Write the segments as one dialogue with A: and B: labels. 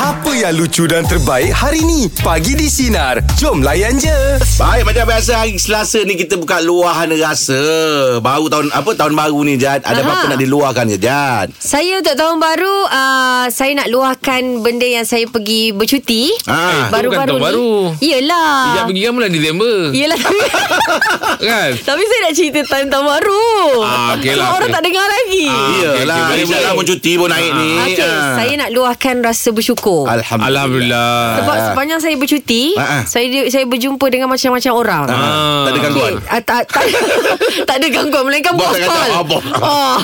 A: Apa yang lucu dan terbaik hari ni? Pagi di Sinar. Jom layan je.
B: Baik macam biasa hari Selasa ni kita buka luahan rasa. Baru tahun apa tahun baru ni Jad. Ada
C: Aha.
B: apa-apa nak diluahkan ke Jad?
C: Saya untuk tahun baru uh, Saya nak luahkan Benda yang saya pergi bercuti
B: Ha.
D: Ba- bukan tahun Ah, baru.
C: Yelah
D: Ijab pergi kan bulan Disember
C: Yelah tapi,
D: Kan
C: tapi saya nak cerita time tahun baru
D: Ah, okey
C: Sebab
D: lah,
C: orang
D: okey.
C: tak dengar lagi
D: Ah, okey, okey,
B: Iyalah,
D: boleh,
B: Izzat
D: boleh.
B: lah pun cuti pun naik ni.
C: Okey,
B: Ah.
C: saya nak luahkan rasa bersyukur
B: Alhamdulillah.
D: Alhamdulillah
C: sebab sepanjang saya bercuti
B: Ah, ah.
C: saya saya berjumpa dengan macam-macam orang.
B: Ah, Tak ada gangguan.
C: Okey, ah, tak, tak, tak ada gangguan Melainkan
B: Bos
C: bos
B: tak kata,
C: call
B: ah, bos.
C: oh.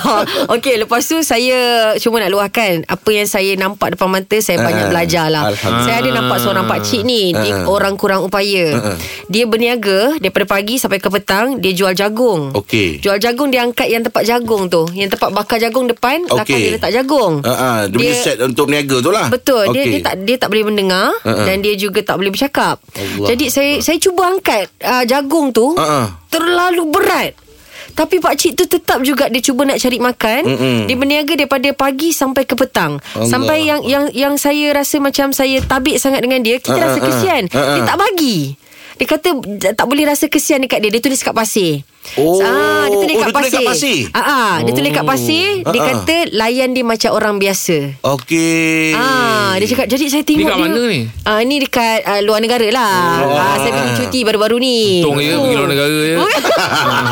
C: Okey lepas tu Saya cuma nak luahkan Apa yang saya nampak depan mata Saya banyak
B: Ah,
C: belajar lah
B: Alhamdulillah.
C: Saya ada nampak seorang pakcik ni Dia
B: Ah.
C: orang kurang upaya Dia berniaga Daripada pagi sampai ke petang Dia jual jagung
B: Okey.
C: Jual jagung dia angkat yang tempat jagung tu Yang tempat bakar jagung depan okay. Belakang
B: Okey.
C: dia letak jagung
B: Ha ah, dia punya set untuk berniaga tu lah.
C: Betul dia
B: Okey.
C: dia tak dia tak boleh mendengar
B: Uh-uh.
C: uh-uh. dan dia juga tak boleh bercakap.
B: Allah.
C: Jadi saya saya cuba angkat uh, jagung tu
B: Uh-uh.
C: terlalu berat. Tapi pak cik tu tetap juga dia cuba nak cari makan.
B: Mm-mm.
C: Dia berniaga daripada pagi sampai ke petang.
B: Allah.
C: Sampai yang yang yang saya rasa macam saya tabik sangat dengan dia, kita
B: Uh-uh,
C: rasa
B: uh-uh.
C: kesian.
B: Uh-uh.
C: Dia tak bagi. Dia kata tak boleh rasa kesian dekat dia. Dia tulis kat pasir.
B: Oh.
C: ah, dia tulis
B: Oh,
C: kat
B: dia tulis kat
C: pasir.
B: pasir?
C: Ah, ah, dia tulis kat pasir. Dia
B: Uh-uh.
C: kata layan dia macam orang biasa.
B: Okey.
C: Ah, dia cakap jadi saya tengok
D: Dekat mana ni?
C: Ah, ni dekat ah, luar negara lah.
B: Oh.
C: Oh. Ah, saya pergi cuti baru-baru ni.
D: Untung je pergi luar negara je
C: Bukan.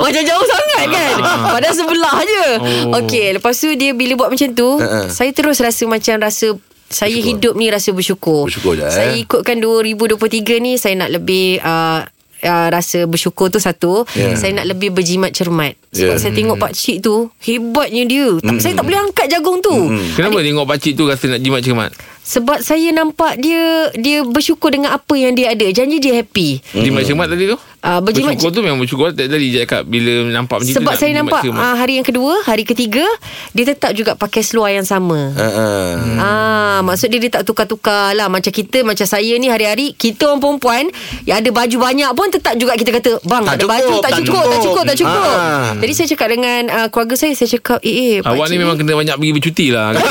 C: Macam jauh sangat kan Padahal sebelah je
D: Ah. Oh.
C: Okey Lepas tu dia bila buat macam tu
B: Ha-ha.
C: Saya terus rasa macam rasa Saya
B: Bersyukur.
C: hidup ni rasa bersyukur
B: Bersyukur je, eh.
C: Saya ikutkan 2023 ni Saya nak lebih uh, Uh, rasa bersyukur tu satu
B: Yeah.
C: yeah. Saya nak lebih berjimat cermat Sebab
B: Yeah.
C: yeah. saya
D: Hmm.
C: tengok pakcik tu Hebatnya dia
B: Hmm.
C: tak, Saya tak boleh angkat jagung tu
D: Kenapa tengok pakcik tu rasa nak jimat cermat?
C: sebab saya nampak dia dia bersyukur dengan apa yang dia ada. Janji dia happy.
D: Jimat cermat tadi tu?
C: Ah, berjimat-
D: Bersyukur tu memang bersyukur Tadi tadi je cakap Bila nampak macam tu
C: Sebab
D: nak
C: saya
D: jimat
C: nampak
D: cermat.
C: uh, hari yang kedua, hari ketiga, dia tetap juga pakai seluar yang sama.
B: Ha ah.
C: Ah, maksud dia dia tak tukar-tukar lah Macam kita, macam saya ni hari-hari Kita orang perempuan Yang ada baju banyak pun Tetap juga kita kata Bang
B: Tak
C: tak ada
B: cukup,
C: baju tak,
B: tak
C: cukup, tak cukup, tak
B: cukup."
C: cukup
B: Ah.
C: Jadi saya cakap dengan uh, keluarga saya Saya cakap, eh eh
D: Ah, Awak
C: pakcik
D: ni memang kena banyak pergi bercuti lah kan?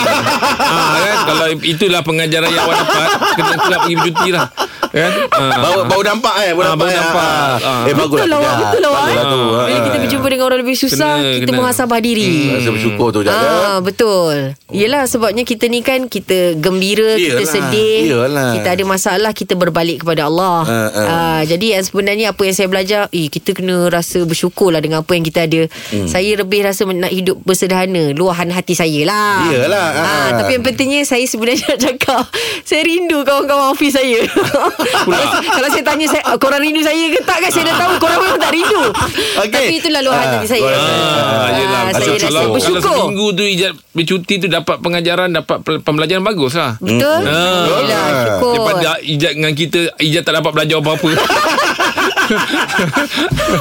D: ah, kan? Kalau itulah pengajaran yang awak dapat Kena kena pergi bercuti lah Kan? Ah.
B: Baru, baru nampak eh Baru
D: Ah,
B: nampak,
D: baru
B: eh.
D: nampak.
B: Ah. Eh
D: Ah.
B: bagus
C: Betul lah awak, betul lah awak
B: Bagus tu ha, Ah.
C: eh. Bila kita berjumpa dengan orang lebih susah
D: Kena,
C: Kita
D: kena.
C: muhasabah diri
B: Rasa bersyukur tu Jad ya.
C: Ah betul. Yelah sebabnya kita ni kan kita gembira, kita
B: Iyalah,
C: sedih,
B: iyalah.
C: kita ada masalah, kita berbalik kepada Allah.
B: Ah, ah.
C: Ah, jadi yang sebenarnya apa yang saya belajar, eh kita kena rasa bersyukur lah dengan apa yang kita ada.
B: Hmm.
C: Saya lebih rasa men- nak hidup bersederhana, luahan hati saya lah.
B: Iyalah, ah.
C: Ah, tapi yang pentingnya saya sebenarnya nak cakap, saya rindu kawan-kawan office saya. kalau, kalau saya tanya saya, "Ah, korang rindu saya ke tak kan saya dah tahu korang memang tak rindu.
B: Okey.
C: Tapi itulah luahan
B: Ah,
C: hati saya.
B: luahan hati.
D: Ah, yelah.
C: Ah, saya
D: Kalau-
C: rasa
D: kalau,
C: bersyukur.
D: Kalau seminggu tu ijat bercuti tu dapat pengajaran, dapat pel- pembelajaran bagus lah.
C: Betul?
B: Hmm.
D: Ah.
C: Alhamdulillah, syukur.
D: Daripada ijat dengan kita, ijat tak dapat belajar apa-apa.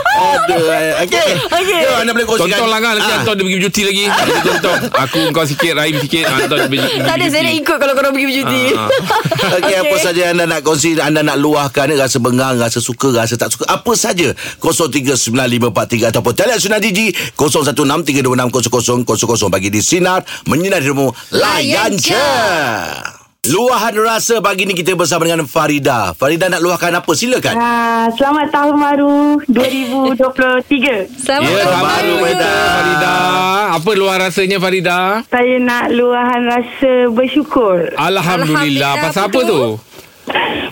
B: Ada eh. Okey
C: Okey.
B: Jom, Anda boleh kongsikan
D: Tonton lah kan, nanti
B: Ah.
D: Anton dia pergi bercuti lagi. Nanti Tonton, aku kau sikit, Rahim sikit, Anton dia pergi
C: Tak ada, saya nak ikut kalau korang pergi bercuti.
D: Ah, ah.
B: Okey, okay. apa saja yang anda nak kongsi, anda nak luahkan rasa bengang, rasa suka, rasa tak suka, apa saja. 039543 ataupun talian Sunan Digi 0163260000 bagi di sinar menyinari hidupmu. Layan
C: Layan
B: je.
C: je.
B: Luahan rasa pagi ni kita bersama dengan Farida. Farida nak luahkan apa? Silakan.
E: Ah, selamat tahun baru 2023.
C: Selamat tahun
D: Ya,
B: baru,
D: selamat baru
B: Farida.
D: Farida. Farida. Apa luar rasanya Farida?
E: Saya nak luahan rasa bersyukur.
C: Alhamdulillah,
D: Alhamdulillah. Pasal apa
C: apa
D: tu?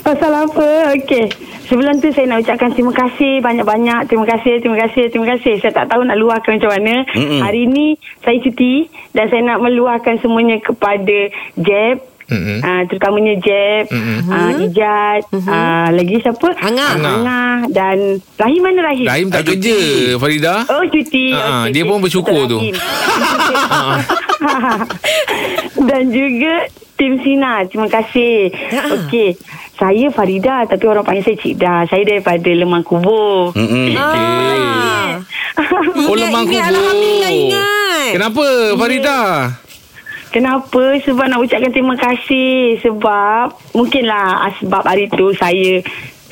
E: Pasal apa? Okey. Sebelum tu saya nak ucapkan terima kasih banyak-banyak. Terima kasih, terima kasih, terima kasih. Saya tak tahu nak luahkan macam mana. Mm-mm. Hari ni saya cuti dan saya nak meluahkan semuanya kepada Jeb.
D: Mm-mm.
E: Uh, terutamanya Jeb, uh, Ijat, uh, lagi siapa?
C: Angah.
D: Angah.
E: Angah dan Rahim mana Rahim?
D: Rahim tak kerja, Farida.
E: Oh cuti
D: Ah,
E: Okey,
D: dia
E: okey.
D: pun bersyukur
E: Betul,
D: tu.
E: Hakim. Dan juga Tim Sina Terima kasih
C: Ya.
E: Okey Saya Farida Tapi orang panggil saya Cik Dah Saya daripada Lemang Kubur
C: Ah,
B: Mm-mm.
D: Ah, Okey. Oh,
C: Ingat,
D: lemang
C: ingat,
D: kubur.
C: Alhamdulillah, ingat.
D: Kenapa Farida?
E: Kenapa? Sebab nak ucapkan terima kasih Sebab Mungkinlah ah, Sebab hari tu saya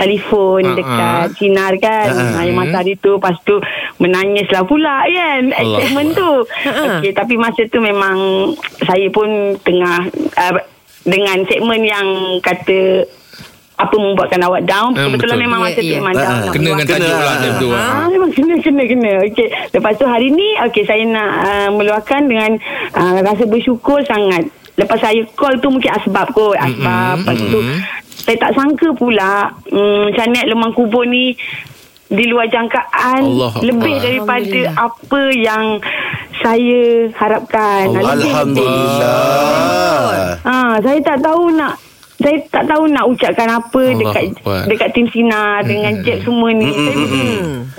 E: telefon
D: Ah,
E: uh-huh. dekat
D: ah.
E: Sinar kan uh-huh. yang masa hari tu lepas tu menangislah pula kan
D: Allah.
C: Ah,
E: segmen tu uh-huh. okay, tapi masa tu memang saya pun tengah uh, dengan segmen yang kata apa membuatkan awak down
D: Hmm,
E: hmm,
D: betul.
E: betul memang
C: Ya,
E: masa
C: ya.
E: tu memang
B: Ah,
E: down
B: ah.
E: nak
D: Kena dengan
B: Kena
E: meluahkan.
D: tajuk
B: lah.
D: lah macam tu ah.
E: Ah, memang kena kena kena. Okey. Lepas tu hari ni okey saya nak uh, meluahkan dengan uh, rasa bersyukur sangat. Lepas saya call tu mungkin asbab kot, asbab. Mm-hmm. Lepas tu saya tak sangka pula um, Canet Lemang Kubur ni di luar jangkaan
D: Allah
E: lebih
D: Akbar.
E: daripada
C: Alhamdulillah.
E: apa yang saya harapkan.
D: Allah.
E: Lebih-
B: Alhamdulillah.
E: Ah, saya tak tahu nak saya tak tahu nak ucapkan apa
D: Allah
E: dekat
D: Akbar.
E: dekat tim Sina dengan Jeb semua ni. Saya,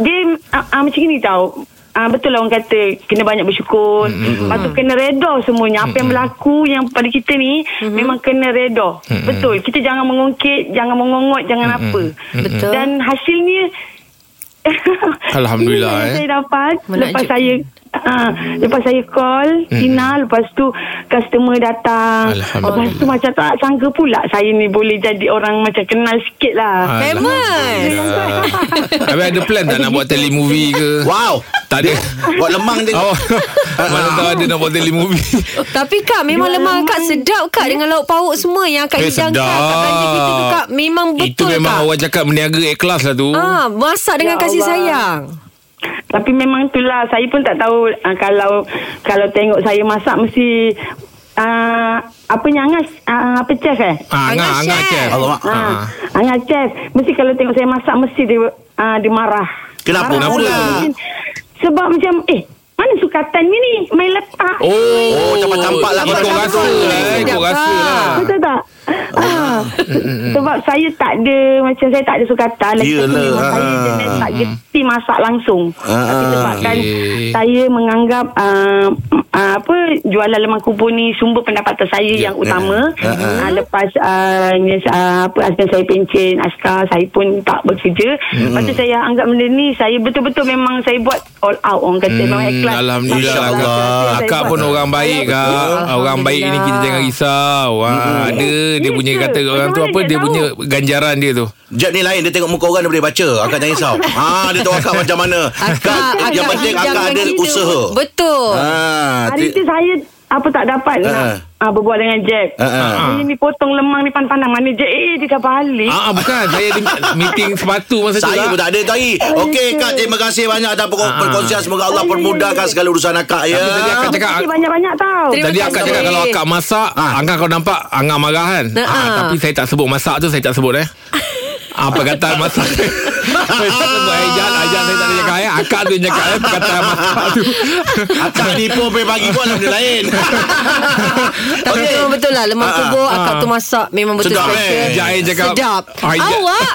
E: Dia ah, ah, macam ni tau. Ah betul lah orang kata kena banyak bersyukur. Lepas tu kena reda semuanya. Apa yang berlaku yang pada kita ni memang kena reda. Betul. Kita jangan mengungkit, jangan mengongot, jangan apa.
C: Betul.
E: Dan hasilnya
D: Alhamdulillah,
E: Inilah yang
D: eh.
E: Saya dapat lepas
C: Menakjubkan.
E: saya Ah, lepas saya call hmm. Sina lepas tu customer datang
D: Alhamdulillah.
E: Ah, lepas tu macam tak sangka pula saya ni boleh jadi orang macam kenal
C: Ah,
E: sikit lah
C: Famous.
D: Alhamdulillah. Habis ada plan tak nak buat telemovie ke?
B: Wow.
D: Tak ada.
B: Buat lemang dia.
D: Oh, mana tahu ada nak buat telemovie.
C: Tapi Kak memang
E: Jual
C: lemah
E: lemang.
C: Kak sedap Kak dengan lauk pauk semua yang Kak
D: Ya, Eh,
C: hidangkan Kak belanja kita tu Kak memang betul
D: Itu memang
C: Kak.
D: awak cakap meniaga ikhlas lah tu.
C: Ah, masak dengan
E: Ya
C: kasih
E: Allah.
C: sayang.
E: tapi memang itulah saya pun tak tahu ah, kalau kalau tengok saya masak mesti ah, apa yang angas ah, apa chef eh
C: Angah
D: Ah, angah, angah,
C: chef.
D: chef.
B: Allah mak.
E: ah. angas chef mesti kalau tengok saya masak mesti dia ah, dia marah
B: Kenapa
D: Kenapa?
B: pula?
E: sebab macam eh mana sukatan ni ni main letak
D: Oh,
B: Oh, campak-campak lah.
D: Ikut
B: Campak-campak.
D: rasa lah. eh. Ikut
C: Sedap,
D: rasa
C: Kak.
D: lah.
E: Betul tak? Ah. Sebab saya tak ada Macam saya tak ada sukatan Lagi satu
B: Yelah.
E: memang Saya
B: Ah.
E: jenis tak geti masak langsung
B: Ah.
E: Tapi sebabkan
D: Okey.
E: Saya menganggap uh, uh, Apa Jualan lemang kubur ni Sumber pendapatan saya yang utama
B: Ah, ah.
E: Ah, Lepas uh, yes, ah, Apa Husband saya pencen Askar Saya pun tak bekerja Lepas tu saya anggap benda ni Saya betul-betul memang Saya buat all out Orang kata memang
D: Hmm,
E: ikhlas
D: Alhamdulillah
E: Masya
D: lah
E: Allah.
D: Kak.
E: Saya
D: Akak
E: buat.
D: pun orang baik kak Orang baik ni kita jangan risau ha, Ada dia
E: Ya
D: punya
E: ke?
D: kata orang tu
E: Macam
D: apa
E: mana
D: Dia
E: dia
D: punya ganjaran dia tu
B: Jeb ni lain Dia tengok muka orang Dia boleh baca Akak jangan risau ha, Dia tahu akak macam mana Kan,
C: Akak,
B: Yang
C: akak
B: penting akak
C: hidangkan
B: ada
C: kita.
B: usaha
C: Betul.
B: ha,
E: Hari tu saya apa tak dapat
B: Ha,
E: nak ah, berbual dengan Jack.
B: Ha, ha.
E: Saya ni potong lemang ni pandang mana Jack. Eh, dia dah balik.
D: Ah ah, bukan Saya ada meeting sepatu masa tu
B: Saya pun
D: lah
B: tak ada tadi Okey Kak Terima kasih banyak Atas
D: Ah.
B: per- perkongsian Semoga Allah
E: Ah, ya,
B: permudahkan
E: ya, ya.
B: Segala urusan akak ya
D: Tapi tadi akak
E: Terima
D: cakap-
E: kasih banyak-banyak tau.
C: Terima
D: Tadi akak
C: kasih.
D: cakap kalau akak masak
B: Ah.
D: Angah kau nampak Angah marah kan
C: Ha,
D: Ah,
C: ah.
D: Tapi saya tak sebut masak tu Saya tak sebut eh Ah, perkataan masak Saya tak sebut Ajan Ajan saya tak ada cakap eh Akak tu yang cakap eh Perkataan masak tu
B: Akak ni pun Pergi pagi pun Ada benda lain
C: Tapi
B: Okey.
C: memang betul lah Lemang
B: Ah,
C: kubur
D: ah.
C: Akak tu masak Memang betul
B: Sedap, eh?
C: special
D: Sekejap eh cakap
C: Sedap
D: Ah, Ijaz-
C: Awak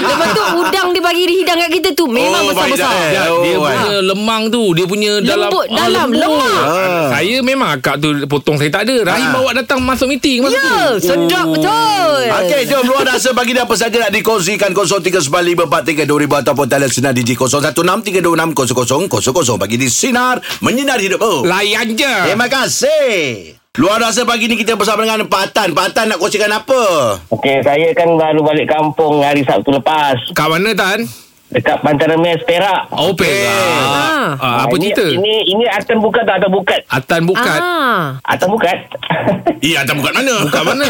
C: Lepas tu udang dia bagi hidang kat kita tu Memang
B: Oh, baik
C: besar-besar
B: dah, eh.
D: Dia,
B: Oh,
D: dia
B: wah.
D: punya lemang tu Dia punya dalam
C: Lembut,
D: Ah,
C: dalam, lemak.
D: Ah. Saya memang akak tu Potong saya tak ada Rahim
B: Ah.
D: bawa datang Masuk meeting masa tu Oh.
C: Ya Sedap betul
B: Okey, jom luar rasa bagi dia apa saja nak dikongsikan 0395432000 ataupun talian sinar di 0163260000 bagi di sinar Oh. menyinari hidupmu.
D: Layan je
B: Terima kasih. Luar rasa pagi ni kita bersama dengan Pak Tan. Pak Tan nak kongsikan apa?
F: Okey, saya kan baru balik kampung hari Sabtu lepas
D: Kat mana Tan?
F: dekat Pantai Remes Perak.
D: Oh Perak
C: Ah.
D: ah, Apa
F: ini,
D: cerita?
F: Ini ini Atan bukan tak Atan bukan.
D: Atan bukan
C: ah.
F: Atan bukan.
B: Ya, tak bukan mana.
D: Kat mana?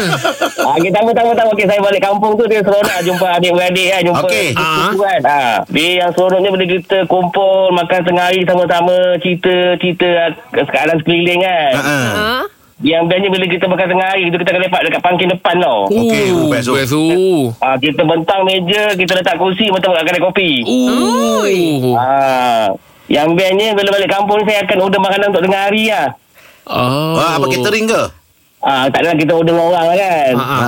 F: Ah, Okey, sama sama sama. Okey, saya balik kampung tu dia seronok jumpa adik-beradik kan, jumpa
B: Okey.
F: cucu-cucu kan. Ha. Dia yang seronoknya bila kita kumpul makan tengah hari sama-sama cerita-cerita keadaan sekeliling kan.
B: Ha.
C: Ah.
F: Yang biasanya bila kita makan tengah hari tu kita akan lepak dekat pangkin depan tau.
B: Okey,
D: Uh,
B: best tu.
D: Best tu
F: Ha, kita bentang meja, kita letak kursi macam kat kedai kopi.
D: Uh.
F: Ah, yang bestnya bila balik kampung ni, saya akan order makanan untuk tengah hari lah.
D: Oh.
B: Wah, apa catering ke?
F: Ah, tak adalah kita order dengan orang lah kan.
D: Ah, ah.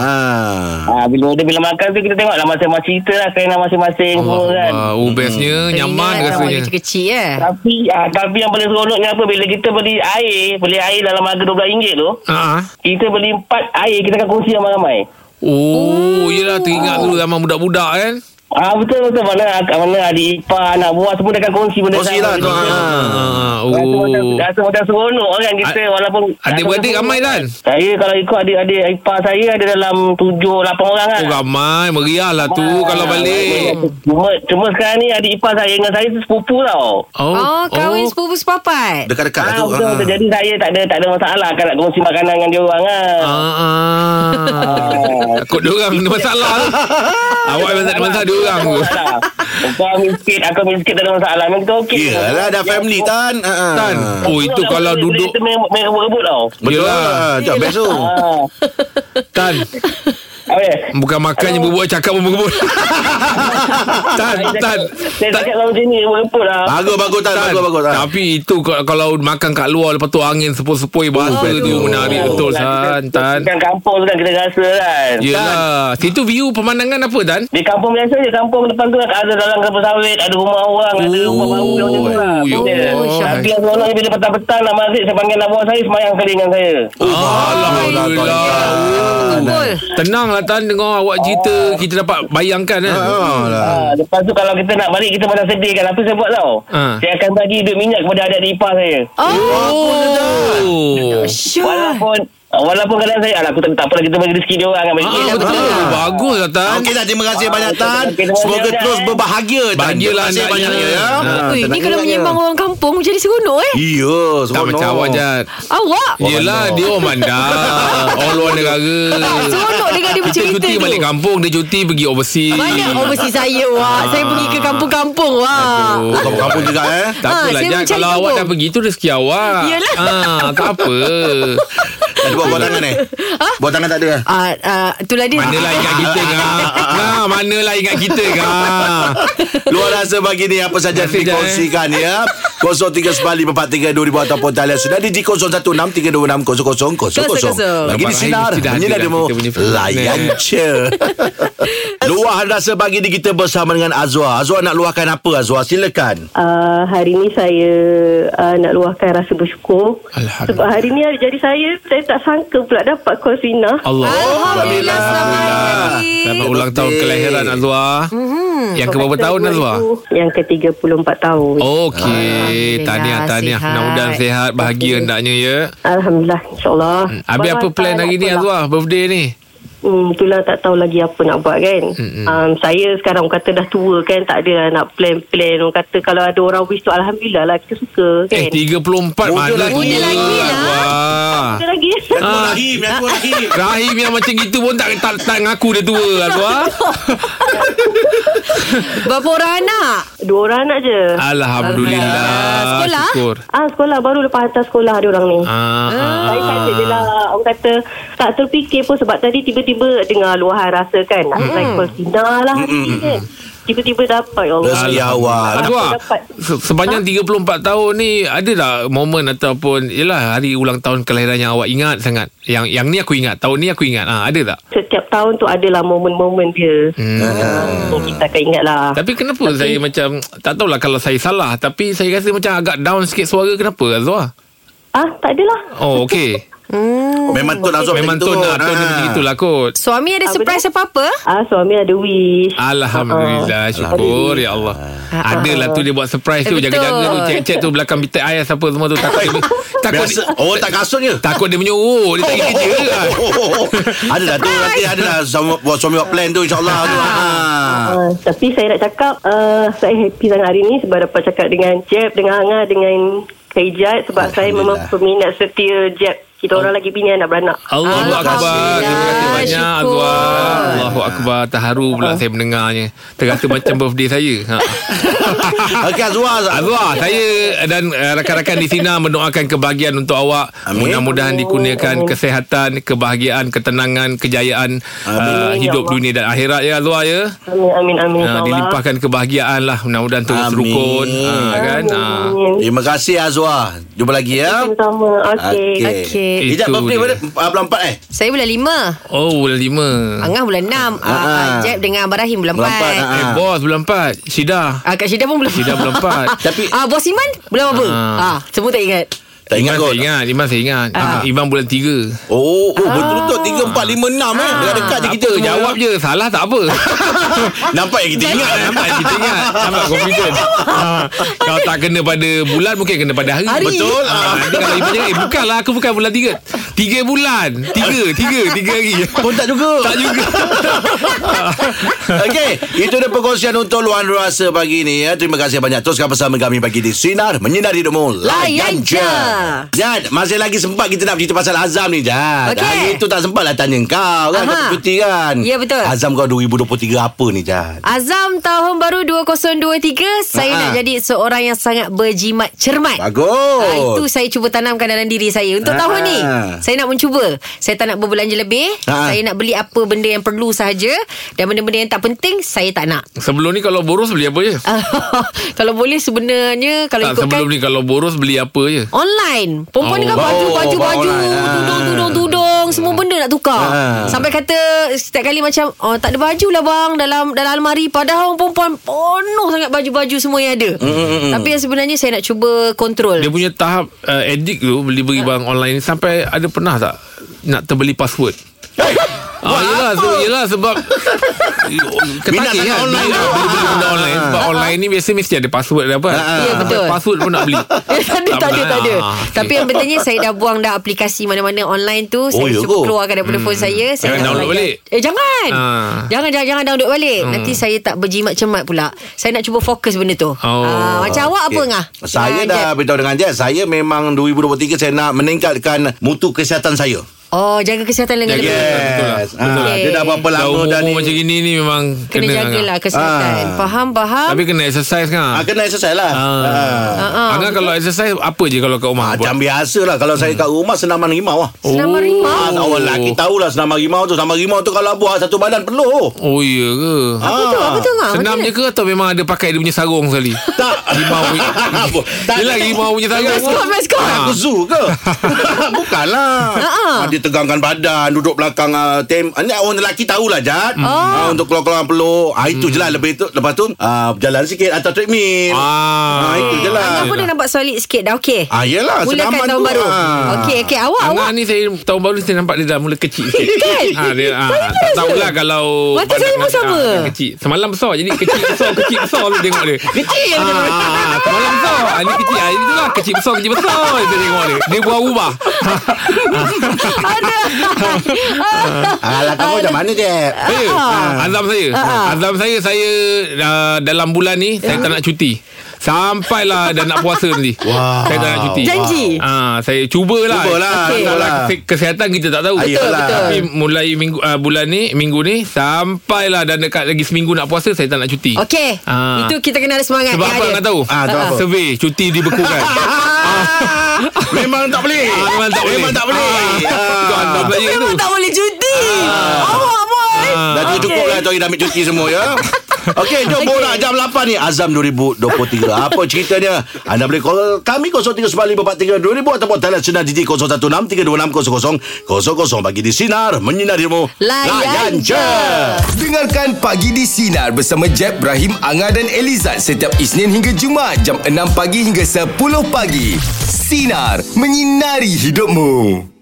B: Ha.
F: Ah, bila order, bila makan tu kita tengok lah masing-masing cerita lah kainan masing-masing semua kan.
D: Allah. Oh, bestnya nyaman
C: Hmm. Teringat lah awak
D: rasanya.
C: Kecil-kecil eh
F: Tapi ah, tapi yang paling seronoknya apa bila kita beli air, beli air dalam harga RM12 tu,
D: Ah. ah.
F: kita beli 4 air kita akan kongsi ramai-ramai.
D: Oh, yelah teringat dulu zaman budak-budak kan.
F: Ah betul betul mana mana adik ipar anak buah semua dia akan kongsi benda
B: Kongsi lah tu. Ha.
D: Ah,
F: Rasa macam,
D: oh.
F: rasa macam seronok kan kita
D: A-
F: walaupun
D: adik-beradik
F: rasa
D: ramai,
F: macam
D: Lan?
F: Saya kalau ikut adik-adik ipar saya ada dalam 7 8 orang kan.
D: Oh, ramai meriah lah tu kalau balik.
F: Cuma cuma sekarang ni adik ipar saya dengan saya tu sepupu tau.
D: Oh,
C: Oh kahwin sepupu sepapat
B: Dekat-dekat lah
F: Ah,
B: tu.
F: betul,
B: Ha.
F: betul. Jadi saya tak ada tak ada masalah kan nak kongsi makanan dengan dia orang kan.
D: Ah, ah. Takut diorang ada masalah tu. Awak memang tak ada Ah. masalah diorang tu.
F: Masalah. Kau ambil sikit Aku ambil sikit Tak ada masalah Memang kita okey lah,
B: Yelah dah family Tan Ah.
D: Tan. Oh itu kalau duduk Oh.
F: Kita main main rebut tau
B: Betul
D: Yelah.
B: lah Tak besok
F: Ah.
D: Tan.
F: Apa ya?
D: Bukan makan je berbual cakap pun berbual. Tan,
F: Saya
D: Tan.
F: cakap- Saya
D: Tan.
F: cakap kalau macam ni Rebut lah
B: Bagus bagus Tan
D: Tan,
B: Bagus bagus Tan
D: Tapi itu kalau, kalau makan kat luar Lepas tu angin sepoi-sepoi Bahasa
B: betul.
D: tu menarik betul Tan Tan
F: Kan kampung tu kan kita rasa kan
D: Yelah Situ view pemandangan apa Tan?
F: Di kampung biasa je Kampung depan tu ada dalam kelapa sawit Ada rumah orang Ada rumah baru yang macam tu lah
D: Oh, ya
F: Betul.
D: Allah.
F: Tapi yang seronoknya Bila petang-petang nak maghrib Saya panggil nak buat saya Semayang kali dengan saya
D: Alhamdulillah
C: Betul.
D: Tenanglah Tan Dengar awak cerita Kita dapat bayangkan kan
B: Ah,
F: ha, Lepas tu kalau kita nak balik Kita macam sedih kan Apa saya buat tau
D: Ah.
F: Saya akan bagi duit minyak Kepada adik di ipar saya
D: Oh
C: Syah.
F: Walaupun Walaupun kadang saya Alah aku tak, tak apalah Kita bagi rezeki dia orang kan bagi
D: Ah,
F: duit.
D: betul Bagus lah Tan
B: Okey Tan terima kasih banyak Tan
F: Okey, terima kasih,
B: Semoga
F: Tan.
B: terus berbahagia Tan
D: Bahagialah
B: Terima kasih
D: anaknya.
B: banyaknya ya
D: Ah,
C: Ui, ni
B: tenang
C: kalau
B: juga.
C: menyembang orang kampung jadi seronok eh.
B: Iya
D: Tak
B: seronok.
D: macam awak Jad
C: Awak.
D: Yelah dia orang bandar Orang luar negara
C: Seronok dengar dia
D: Kita
C: bercerita
D: cuti
C: tu.
D: balik kampung Dia cuti pergi overseas
C: Banyak overseas saya wah. Saya pergi ke kampung-kampung wah.
D: Oh,
B: Kamu kamu juga eh
D: Tak
C: Ah,
D: apalah
C: saya
D: Jad
C: mencari
D: Kalau awak
C: kampung.
D: dah pergi tu rezeki awak
C: Yelah.
D: ah, Tak apa
B: Ada buat buat tangan eh Buat tangan tak ada eh
C: Ah, ah, itulah dia. Ah,
D: Manalah ingat kita ngah. Ngah, manalah ingat kita ngah.
B: Luar rasa pagi ni Apa saja yang
D: Terima kasih, Jan,
B: dikongsikan ya 0395432000 Ataupun talian sudah di 0163260000 Bagi di
D: Nampak
B: Sinar
D: hari mesti dah
B: Menyinari
D: ada dah
B: demo
D: lah kita punya
B: Layan
D: partner.
B: je Luar rasa pagi ni Kita bersama dengan Azwa Azwa nak luahkan apa Azwa Silakan
G: Uh, hari ni saya uh, nak luahkan rasa bersyukur
D: Alhamdulillah.
G: sebab hari ni hari jadi saya saya tak sangka pula dapat call Rina
D: Allah.
C: Alhamdulillah selamat Mhm. hari.
D: Selamat ulang tahun kelahiran Azwa. Yang ke berapa tahun Azwa?
G: yang ke-34 tahun
D: Oh. Okey, tahniah tahniah.
C: sihat.
D: Mudah-mudahan sehat, bahagia hendaknya ya.
G: Alhamdulillah insyaallah
D: Hmm. Habis apa
G: Barang
D: plan
G: tak
D: hari
G: nak
D: ni
G: apa lah.
D: Azwa? Birthday ni.
G: hmm, itulah tak tahu lagi apa nak buat kan
D: Hmm,
G: um, saya sekarang orang kata dah tua kan tak ada lah nak plan-plan orang kata kalau ada orang wish tu Alhamdulillah lah kita suka
D: Eh 34
G: kan
D: mana
B: lagi.
D: tua,
C: Muda lagi lah.
D: Azwa.
G: ada lagi
D: Ah.
B: Rahim Rahim Rahim
D: Rahim yang macam gitu pun tak tak, tak ngaku dia tua Azwa.
C: Berapa orang anak?
G: dua orang anak je
D: Ah. Alhamdulillah.
C: Sekolah?
D: Syukur.
G: Ah sekolah baru lepas hantar sekolah ada orang ni
D: Ah, ah.
G: Saya excited je lah Orang kata Tak terfikir pun Sebab tadi tiba-tiba Dengar luahan rasa kan Nak mm. call Sina lah hati kan Tiba-tiba dapat ya Allah
B: Rezeki awal
D: Azwa,
G: dapat.
D: se- sepanjang 34 tahun ni ada tak momen ataupun yalah hari ulang tahun kelahiran yang awak ingat sangat? Yang yang ni aku ingat, tahun ni aku ingat. Ah, ada tak?
G: Setiap tahun tu adalah momen-momen dia
D: Mm.
G: hmm.
D: Ah.
G: Kita akan ingat lah
D: Tapi kenapa tapi, saya macam tak tahulah kalau saya salah tapi saya rasa macam agak down sikit suara kenapa Azwa?
G: Ah tak adalah
D: Oh okey.
B: Memang tu Azwa
D: Memang
B: macam
D: tone
B: tu.
D: lah tone dia
B: Ah.
D: macam itulah kot.
C: Suami ada surprise apa-apa?
G: Ah suami ada wish
D: Ah. Alhamdulillah Syukur Ya Allah Adalah tu dia buat surprise
C: Eh,
D: tu Jaga-jaga tu
C: betul.
D: Cek-cek tu belakang bitek ayas Apa semua tu Takut dia, takut,
B: Biasa Orang tak kasut je Oh,
D: takut dia menyuruh Dia tak pergi kerja kan
B: Ada lah tu nanti ada lah suami buat suami buat plan tu insyaallah tu. Ha.
G: Ah, tapi saya nak cakap uh, saya happy sangat hari ni sebab dapat cakap dengan Jeb, dengan Angah, dengan Kaijat sebab saya memang peminat setia Jeb. Kita orang lagi bini anak beranak.
D: Allahu Akbar Terima kasih
C: Alhamdulillah,
D: banyak
C: syukur.
D: Azwa Allahu Akbar Terharu pula saya mendengarnya Terasa macam birthday saya ha.
B: Okey Azwa. Azwa.
D: Azwa Saya dan uh, rakan-rakan di Sina Mendoakan kebahagiaan untuk awak
B: Amin.
D: Mudah-mudahan dikurniakan Kesehatan Kebahagiaan Ketenangan Kejayaan uh,
G: Amin,
D: Hidup
G: ya Allah. Oh,
D: dunia dan akhirat Ya Azwa ya
G: Amin amin amin.
D: uh,
G: insyaAllah.
D: Dilimpahkan kebahagiaan lah Mudah-mudahan terus
B: Amin.
D: rukun uh, kan? Uh.
G: Amin.
B: Terima kasih Azwa. Jumpa lagi ya.
G: Sama-sama. Okey.
B: Okey.
C: Okey.
B: Ijat
D: Itu
B: birthday
D: dia.
B: pada ah, bulan 4 eh.
C: Saya bulan lima
D: Oh bulan lima
C: Angah bulan enam
B: Ah.
C: ah, Jeb dengan Abang Rahim bulan
B: Bulan empat,
C: empat
B: ah.
D: Eh bos bulan empat Syida
C: ah, Kak Syida pun bulan
D: Syida bulan empat
B: Tapi
C: ah, Bos Iman bulan apa?
D: Ah.
C: Ah. semua tak ingat
B: tak ingat
D: Iman
B: kot.
D: saya ingat Ah. Iman saya ingat Iman, Iman bulan tiga
B: Oh, oh
C: Ah.
B: betul-betul 3 4 5 6 eh. Dekat-dekat je
D: Tak
B: kita
D: apa jawab je Salah tak apa
B: Nampak yang kita ingat
D: Ingat
B: eh.
D: nampak kita ingat Nampak confident ha, Kalau tak kena pada bulan Mungkin kena pada hari,
C: Hari.
D: Betul ha, nanti Kalau Iman cakap Eh bukanlah aku bukan bulan tiga Tiga bulan Tiga Tiga Tiga hari
B: Pun tak juga.
D: Tak juga
B: Okey, itu dia perkongsian untuk luar rasa pagi ni ya. Terima kasih banyak. Teruskan bersama kami pagi di Sinar Menyinari Hidupmu. Layan je. Jad, masih lagi sempat kita nak cerita pasal Azam ni, Jad.
C: Okey.
B: Hari tu tak sempat lah tanya kau kan.
C: Aha.
B: Kau cuti kan.
C: Ya, betul.
B: Azam kau 2023 apa ni, Jad?
C: Azam tahun baru 2023 Saya
B: Ha.
C: nak jadi seorang yang sangat berjimat cermat
B: Bagus.
C: Ha, itu saya cuba tanamkan dalam diri saya Untuk
B: Ha.
C: tahun ni Saya nak mencuba Saya tak nak berbelanja lebih
B: Ha.
C: Saya nak beli apa benda yang perlu sahaja Dan benda-benda yang tak penting Saya tak nak
D: Sebelum ni kalau boros beli apa je?
C: Kalau boleh sebenarnya Kalau
D: Tak
C: ikutkan
D: sebelum ni kalau boros beli apa je?
C: Online Perempuan
D: Oh,
C: ni kan
B: bawa-
C: baju Baju
B: bawa
C: baju
B: online. Ah.
C: Tudung-tudung-tudung Semua benda nak tukar
B: Ah.
C: Sampai kata Setiap kali macam oh, Tak ada baju lah bang Dalam dalam almari Padahal orang perempuan Penuh sangat baju-baju Semua yang ada Tapi yang sebenarnya Saya nak cuba kontrol
D: Dia punya tahap uh, edik tu beli
B: Ah.
D: beli barang online ni, sampai ada pernah tak nak terbeli password? Ah, yelah, se- yelah sebab
B: Minat sangat
D: Ketagih kan
B: online
D: Beli-
B: tu.
D: Beli-beli benda online Sebab online ni Biasa mesti ada password ada apa kan?
B: Ah.
C: Ya, betul.
D: Password pun nak beli
C: tak ada, tak ada,
D: pernah.
C: tak ada.
D: Ah, okey.
C: Tapi yang pentingnya saya dah buang dah aplikasi mana-mana online tu. Saya
B: ya
C: cuba
B: ke?
C: keluarkan daripada phone saya. saya nak
D: Jangan Hmm. download
C: belajar.
D: balik.
C: Eh, jangan.
D: Ah. Hmm.
C: Jangan, jangan, jangan download balik. Nanti saya tak berjimat cemat pula. Saya nak cuba fokus benda tu.
D: Oh.
C: Ah, macam awak apa, Ngah? Ah,
B: Saya
C: Dengan
B: dah
C: Jeb.
B: beritahu dengan Jad Saya memang 2023 Saya nak meningkatkan Mutu kesihatan saya
C: Oh, jaga kesihatan dengan
D: Jaga.
C: lebih.
D: betul lah.
B: Yes Ah,
C: Okey.
B: Dia dah berapa
D: Dah
B: lama dah ni
D: umur-umur macam gini ni Memang
C: Kena, jagalah kesihatan.
B: Ah.
C: Faham, faham.
D: Tapi kena exercise
B: Ah,
D: kan
B: Kena exercise lah
D: Ah.
B: Ah.
C: Ah, ah,
D: Angah kalau exercise Apa je kalau kat rumah buat?
B: Macam biasa lah Kalau saya kat rumah Senaman rimau lah
C: Senaman
D: Oh.
C: rimau.
B: Ah, Orang lelaki tahulah Senaman rimau tu Senaman rimau tu Kalau buat satu badan penuh Ah.
D: Oh iya ke
C: Apa tu, apa tu, Ngah? Ah,
D: Senam
C: Macam
D: je
C: mana?
D: ke Atau memang ada pakai Dia punya sarung sekali
B: Tak
D: Rimau
B: Tak.
D: Yelah rimau punya sarung
C: Mascot, mascot.
D: Ah.
B: Aku zoo ke? Bukanlah.
C: Ha-ha.
B: Ah, Dia tegangkan badan, duduk belakang uh, tem. ah, Ni orang lelaki tahulah, Jad. Ah, untuk keluar-keluar peluk. Ah, itu je lah. Lebih tu, lepas tu, ah, berjalan sikit atau treadmill. Ah.
D: Ah,
B: itu je lah.
C: Angah pun dah nampak solid sikit dah okey.
B: Ah, yelah,
C: Mulakan
B: senaman
C: tahun
B: tu,
C: baru.
B: ah.
C: Okey, okey. Awak, awak.
D: Angah ni saya tahun baru ni saya nampak dia dah mula kecil sikit.
C: Kan?
D: Ha, dia, ha,
C: Saya pun
D: tak
C: rasa.
D: tahulah kalau...
C: Mata
D: badan
C: saya pun
D: dengan-
C: sama.
D: ah, dia kecil. Semalam besar jadi kecil besar, kecil besar tu tengok dia.
C: Kecil yang dia
D: Ah, ah, semalam besar. Ah, ni kecil. Ah, ini tu lah. Kecil besar, kecil besar. Kita tengok dia. Dia buat ubah.
C: Aduh.
B: Alah, kamu macam mana, Jeb?
D: Saya,
B: Ah.
D: azam saya. Azam saya, saya ah, dalam bulan ni, saya tak nak cuti. Sampailah dah nak puasa nanti.
B: Wow.
D: Saya tak nak cuti.
C: Janji.
D: Ah, saya cubalah.
B: Cubalah,
D: Okay.
B: cubalah.
D: Kesihatan kita tak tahu.
B: Betul, Ayolah. betul.
D: Tapi mulai minggu uh, bulan ni, minggu ni sampailah dan dekat lagi seminggu nak puasa saya tak nak cuti.
C: Okey.
D: Ah.
C: Itu kita kena ada semangat
D: Sebab
C: yang
D: apa
C: ada. Ah,
D: nak tahu?
B: Ah, tahu apa?
D: Survey cuti kan. dibekukan.
B: Memang tak boleh.
D: Ah, memang tak boleh.
B: Memang tak boleh.
D: Ah. Itu azam saya tu.
C: Memang tak boleh cuti.
D: Ah.
C: Awak boy.
B: Dah tu cukup lah tu hari dah ambil cuti semua ya. Okey, jom borak jam 8 ni Azam 2023. Apa ceritanya? Anda boleh call kami 0395432000 ataupun talian sinar DJ 0163260000 bagi di sinar menyinarimu.
C: Layan je.
A: Dengarkan Pagi di Sinar bersama Jeb, Ibrahim, Anga dan Elizad setiap Isnin hingga Jumaat jam 6 pagi hingga 10 pagi. Sinar, menyinari hidupmu.